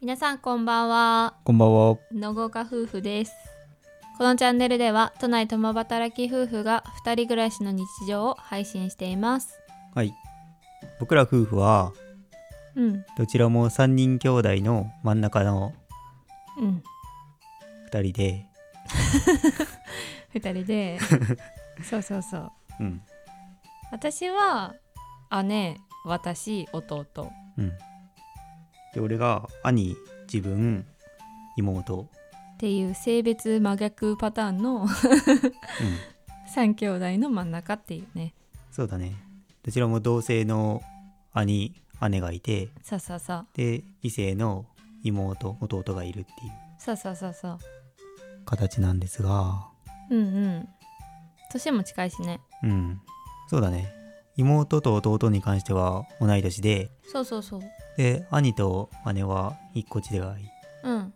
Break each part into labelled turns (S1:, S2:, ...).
S1: 皆さんこんばんは
S2: こんばんは。
S1: 農業家夫婦ですこのチャンネルでは都内共働き夫婦が2人暮らしの日常を配信しています
S2: はい。僕ら夫婦は、
S1: うん
S2: どちらも3人兄弟の真ん中の
S1: うん
S2: 2人で、
S1: 2人で そうそうそう
S2: うん。
S1: 私は姉私弟
S2: うん。で、俺が兄、自分、妹。
S1: っていう性別真逆パターンの
S2: うん。
S1: 3兄弟の真ん中っていうね
S2: そうだね。どちらも同性の兄、姉がいて、
S1: さあさあさ
S2: で、異性の妹、弟がいるっていう
S1: あさあさあさあさ
S2: 形なんですが、
S1: あうんうん年も近いしね
S2: うん。そうだね。妹と弟に関しては同い年で、
S1: そうそうそう
S2: で、兄と姉は一個違い。
S1: うん
S2: っ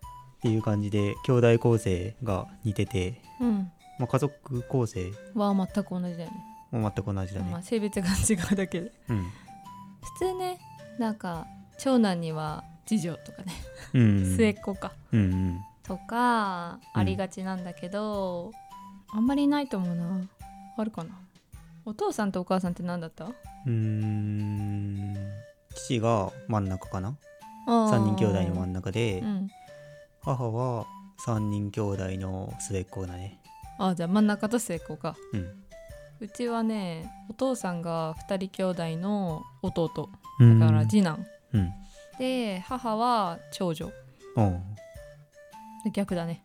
S2: ていう感じで兄弟構成が似てて、
S1: うん
S2: まあ、家族構成
S1: は全く同じだよね
S2: も全く同じだ
S1: まあ
S2: ね、
S1: 性別が違うだけで
S2: うん
S1: 普通ねなんか長男には次女とかね、
S2: うん
S1: 末っ子か
S2: うんうん
S1: とか
S2: うん
S1: ありがちなんだけど、あんまりないと思うなあるかなお父さんとお母さんって何だった
S2: うーん父が真ん中かな
S1: 3
S2: 3人兄弟の真ん中で、
S1: うん、
S2: 母は3人兄弟の末っ子だね
S1: あじゃあ真ん中と末っ子か
S2: うん
S1: うちはねお父さんが2人兄弟の弟
S2: うん
S1: だから次男、
S2: うん
S1: で母は長女
S2: うん
S1: で逆だね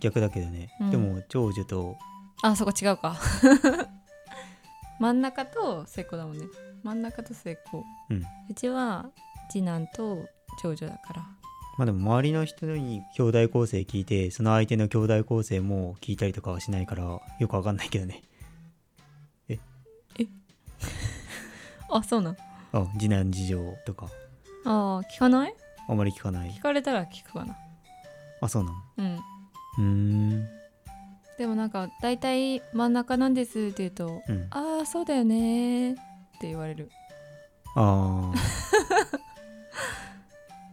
S2: 逆だけどね、
S1: うん
S2: でも長女と
S1: あそこ違うか 真ん中と末っ子だもんね真ん中と末っ子
S2: うん
S1: うちは次男と長女だから
S2: まあでも周りの人に兄弟構成聞いてその相手の兄弟構成も聞いたりとかはしないからよくわかんないけどね
S1: あそうなん
S2: あ次男次女とか
S1: あー聞かない
S2: あまり聞かない
S1: 聞かれたら聞くかな
S2: あそうなの
S1: うん
S2: うーん
S1: でもなんか大体真ん中なんですって言うと
S2: うん
S1: 「ああそうだよね」って言われる
S2: ああ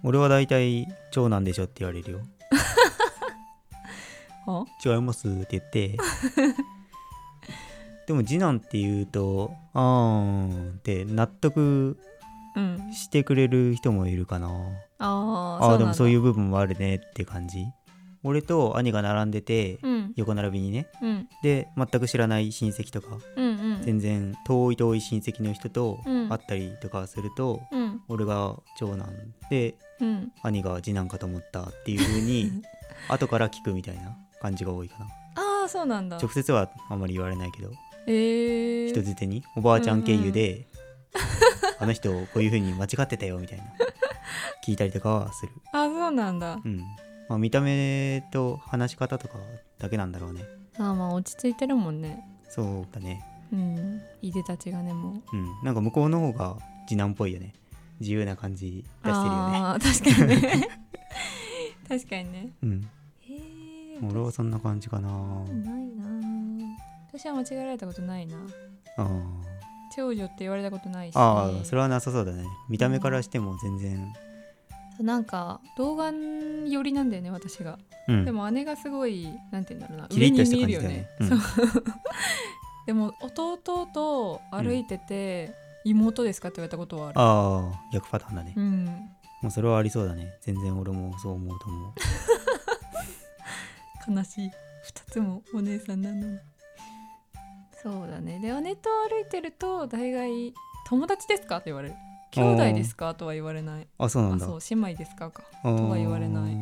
S2: 俺は大体長男でしょって言われるよ
S1: あ
S2: 違いますって言って でも次男って言うとあーんって納得
S1: うん
S2: してくれる人もいるかな
S1: あ
S2: ああーでもそういうう部分もあるねって感じ俺と兄が並んでて、
S1: なんだ
S2: 横並びにね
S1: うんうん
S2: で全く知らない親戚とか
S1: うんうん
S2: 全然遠い遠い親戚の人と
S1: うん
S2: 会ったりとかすると、
S1: うん
S2: 俺が長男で
S1: うん
S2: 兄が次男かと思ったっていう風 に後から聞くみたいな感じが多いかな
S1: ああそうなんだ
S2: 直接はあんまり言われないけど
S1: ええ
S2: 人づてにおばあちゃん経由で、あの人こういう風に間違ってたよみたいな聞いたりとかはする
S1: あそうなんだ
S2: うんまあ見た目と話し方とかだけなんだろうね
S1: あーまあ落ち着いてるもんね
S2: そうだね
S1: うんいでたちがねもう
S2: うんなんか向こうの方が次男っぽいよね自由な感じ出してるよね
S1: あー確かに ね確かにね
S2: うん
S1: へえ
S2: 俺はそんな感じかな
S1: ないなあ私は間違えられたことないな
S2: あー
S1: 長女って言われたことないし
S2: ああそれはなさそうだね見た目からしても全然
S1: そうなんか童顔寄りなんだよね私が、
S2: うん
S1: でも姉がすごいなんて言うんだろうな
S2: キリッとし
S1: 上
S2: た
S1: に
S2: 感
S1: 見
S2: じ
S1: え
S2: だ
S1: るよ
S2: ね
S1: ねでも弟と歩いてて、妹ですかって言われたことはあ
S2: うん、
S1: る
S2: ああ逆パターンだね、
S1: うん
S2: もうそれはありそうだね全然俺もそう思うと思う
S1: 悲しい2つもお姉さんなのにそうだねで姉と歩いてると大概「友達ですか?」って言われる「兄弟ですか?」とは言われない
S2: あそうな
S1: あ
S2: んだ
S1: そう姉妹ですかか
S2: あー
S1: とは言われない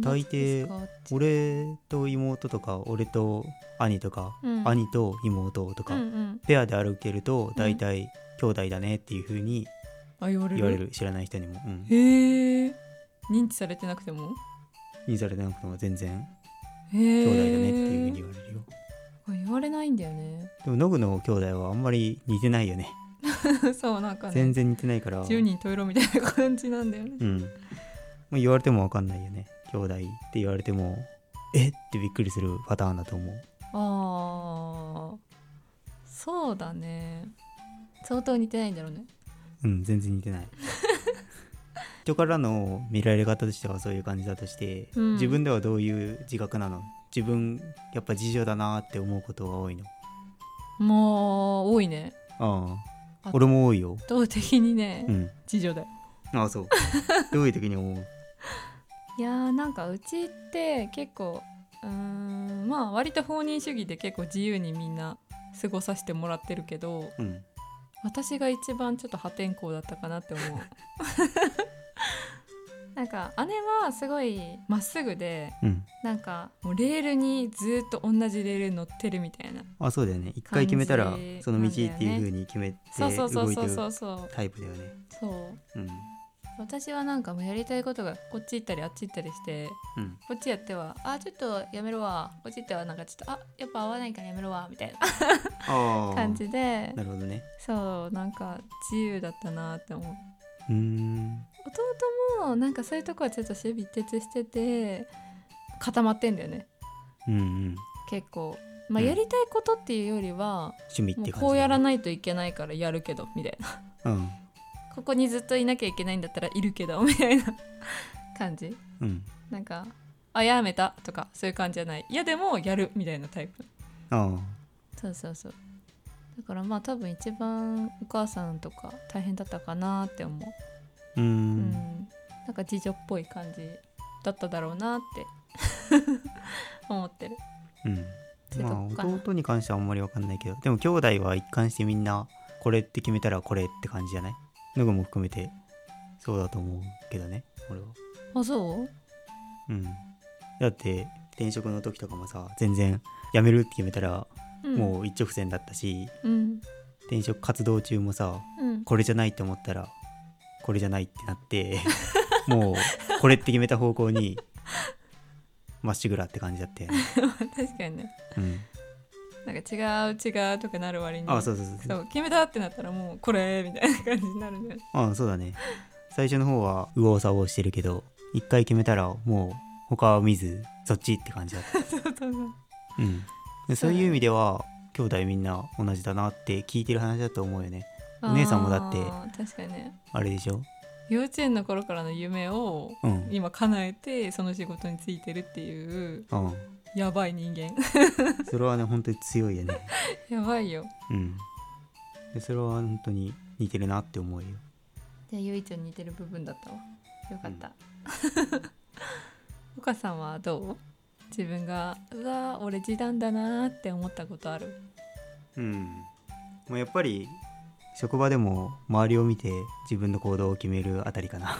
S2: 大
S1: 友達です
S2: 抵
S1: か
S2: 俺と妹とか俺と兄とか、
S1: うん
S2: 兄と妹と
S1: う
S2: か、
S1: んうん
S2: ペアで歩けると大体兄弟だねっていう風に
S1: あ言われる
S2: 言われる、知らない人にも、うん、
S1: へえ認知されてなくても
S2: 認されてなくても全然
S1: へ
S2: 兄
S1: え
S2: 弟だねっていう風に言われるよ
S1: 言われないんだよね
S2: でもノグの兄弟はあんまり似てないよね
S1: そうなんか
S2: 全
S1: ね
S2: 然似てないから
S1: 十人十色みたいな感じなんだよね
S2: うん。もう言われてもわかんないよね。兄弟って言われても、えってびっくりするパターンだと思う。
S1: あーそうだね相当似てないんだろうね
S2: うん、全然似てない。人からの見られ方としてはそういう感じだとして、
S1: うん
S2: 自分ではどういう自覚なの自分やっぱ自助だなって思うことが多いの
S1: もう多いね
S2: ああ
S1: あ
S2: 俺も多いよ
S1: 動的にね
S2: うん
S1: 自助だよ
S2: ああ そうどういう時に思う
S1: いやーなんかうちって結構うーんまあ割と放任主義で結構自由にみんな過ごさせてもらってるけど
S2: うん
S1: 私が一番ちょっと破天荒だったかなって思う なんか姉はすごいまっすぐで
S2: うん
S1: なんかもうレールにずっと同じレールに乗ってるみたいな
S2: あそうだよね一回決めたら
S1: 感じ
S2: その道って
S1: なんだよ
S2: いう
S1: ね
S2: 風に決めて
S1: そうそうそ
S2: 動
S1: う
S2: いて
S1: そう
S2: る
S1: そうそう
S2: タイプだよね
S1: そう
S2: うん
S1: 私はなんかもうやりたいことがこっち行ったりあっち行ったりして
S2: うん
S1: こっちやってはあちょっとやめろわこっち行ってはなんかちょっとあやっぱ合わないからやめろわみたいな
S2: ああ
S1: 感じで
S2: なるほどね
S1: そうなんか自由だったなって思う
S2: うーん
S1: 弟もなんかそういうとこはちょっと守備徹してて固まってんだよね
S2: うんうん
S1: 結構まあ
S2: うん
S1: やりたいことっていうよりは、
S2: 趣味って
S1: もう
S2: 感じ
S1: こうやら
S2: な
S1: ないといけないからやるけどみたいな
S2: うん
S1: ここにずっといなきゃいけないんだったらいるけど みたいな感じ
S2: うん
S1: なんか「あやめた」とかそういう感じじゃないいやでもやるみたいなタイプ
S2: あ
S1: そうそうそうだからまあ多分一番お母さんとか大変だったかなって思う
S2: あうー
S1: うん、
S2: ん
S1: なんか次女っぽい感じだっただろうなって 思ってる
S2: うん
S1: ってと
S2: ま
S1: こか
S2: あ
S1: な
S2: 弟に関してはあんまり分かんないけどでも兄弟は一貫してみんなこれって決めたらこれって感じじゃないのぐも含めてそうだと思うけどね俺は
S1: あそう
S2: うんだって転職の時とかもさ全然辞めるって決めたら
S1: うん
S2: もう一直線だったし、
S1: うん
S2: 転職活動中もさ
S1: うん
S2: これじゃないって思ったらこれじゃないってなってもうこれって決めた方向にまっしぐらって感じだったよね、
S1: 確かにね
S2: うん、
S1: なんか違う違うとかなる割に
S2: あそうそうそう
S1: そう決めたってなったらもうこれみたいな感じになるん だよね
S2: あそうだね最初の方は右往左往してるけど一回決めたらもう他を見ずそっちって感じだった、
S1: そうそうそう
S2: うん、でそういう意味では兄弟みんな同じだなって聞いてる話だと思うよねお姉さんもだって
S1: あー確かにね
S2: あれでしょ
S1: 幼稚園の頃からの夢を
S2: うん
S1: 今叶えてその仕事についてるっていう
S2: うん
S1: やばい人間
S2: それはね本当に強いよね
S1: やばいよ
S2: うんでそれは本当に似てるなって思うよ
S1: じゃあゆいちゃんに似てる部分だったわよかった、
S2: う
S1: 岡さんはどう自分がうわ俺時短だなーって思ったことある
S2: うんもうやっぱり職場でも周りを見て自分の行動を決めるあたりかな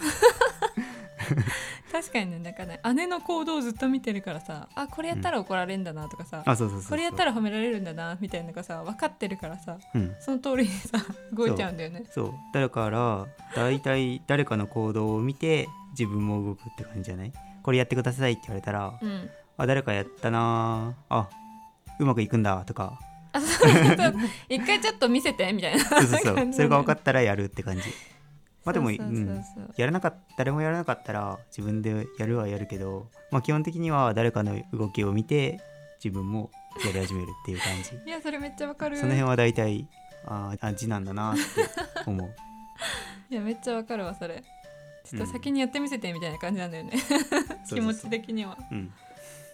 S1: 確かにねなんかね姉の行動をずっと見てるからさあこれやったら怒られんだなとかさ、
S2: あそうそうそうそう
S1: これやったら褒められるんだなみたいなのがさ分かってるからさ
S2: うん
S1: その通りにさ動いちゃうんだよね
S2: そうだから大体誰かの行動を見て自分も動くって感じじゃないこれやってくださいって言われたら
S1: うん
S2: あ誰かやったなーあうまくいくんだ とか
S1: あそうそうそう一回ちょっと見せてみたいな
S2: そうそうそ
S1: 感じなん
S2: う
S1: だ
S2: それが分かったらやるって感じまあでも
S1: そうそうそう
S2: うんやらなかっ誰もやらなかったら自分でやるはやるけど、まあ、基本的には誰かの動きを見て自分もやり始めるっていう感じ
S1: いやそれめっちゃわかる
S2: その辺は大体あーあ字なんだなって 思う
S1: いやめっちゃわかるわそれちょっと先にやってみせてみたいな感じなんだよね、
S2: そうそうそう
S1: 気持ち的には
S2: うん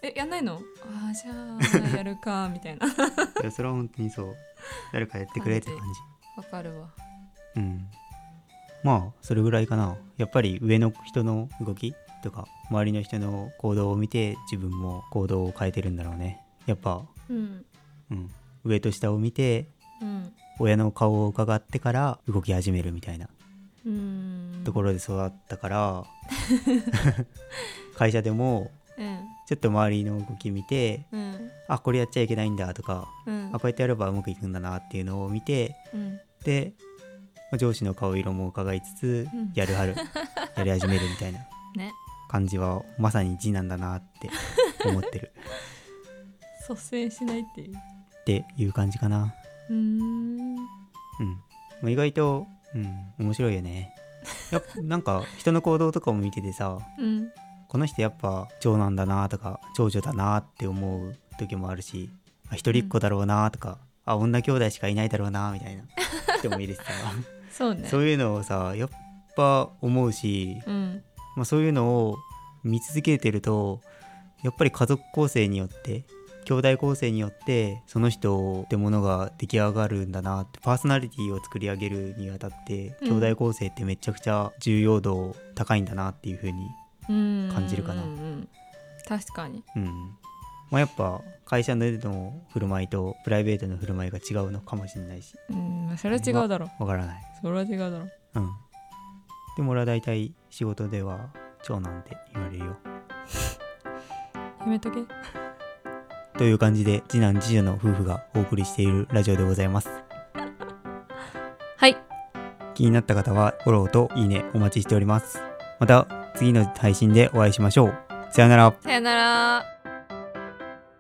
S1: えやんないのあー じゃあやるかみたいない
S2: やそれは本当にそう誰かやってくれって感じ
S1: わかるわ
S2: うんまあそれぐらいかなやっぱり上の人の動きとか周りの人の行動を見て自分も行動を変えてるんだろうねやっぱ、
S1: うん
S2: うん、上と下を見て
S1: うん
S2: 親の顔を伺ってから動き始めるみたいな
S1: うーん
S2: ところで育っ たから、会社でも
S1: うん
S2: ちょっと周りの動き見て
S1: うん
S2: あこれやっちゃいけないんだとか
S1: うん
S2: あこうやってやればうまくいくんだなっていうのを見て
S1: うん
S2: でまあ上司の顔色も伺いつつ、
S1: うん
S2: や るはるやり始めるみたいな
S1: ね
S2: 感じはまさに字なんだなって思ってる
S1: 率先しないっていう
S2: っていう感じかな、
S1: うーん
S2: うんまあ、意外と、うん、面白いよねやっぱなんか人の行動とかも見ててさ
S1: うん
S2: この人やっぱ長男だなとか長女だなって思う時もあるしあ一人っ子だろうなとか、あ女兄弟しかいないだろうなみたいな人もいるしさ
S1: そうね
S2: そういうのをさやっぱ思うし、
S1: うん
S2: まあ、そういうのを見続けてるとやっぱり家族構成によって兄弟構成によってその人ってものが出来上がるんだなってパーソナリティを作り上げるにあたって
S1: うん
S2: 兄弟構成ってめちゃくちゃ重要度高いんだなっていうふう
S1: う
S2: に、
S1: ん
S2: 感じるかな
S1: うんうん確かに
S2: うんまあ、やっぱ会社での振る舞いとプライベートの振る舞いが違うのかもしれないし
S1: うんまあそれは違うだろう
S2: わからない。
S1: それは違うだろう
S2: うん。でも俺は大体仕事では長男って言われるよ。
S1: やめとけ
S2: という感じで次男次女の夫婦がお送りしているラジオでございます。
S1: はい
S2: 気になった方はフォローといいねお待ちしております。また次の配信でお会いしましょう。さよなら。
S1: さよなら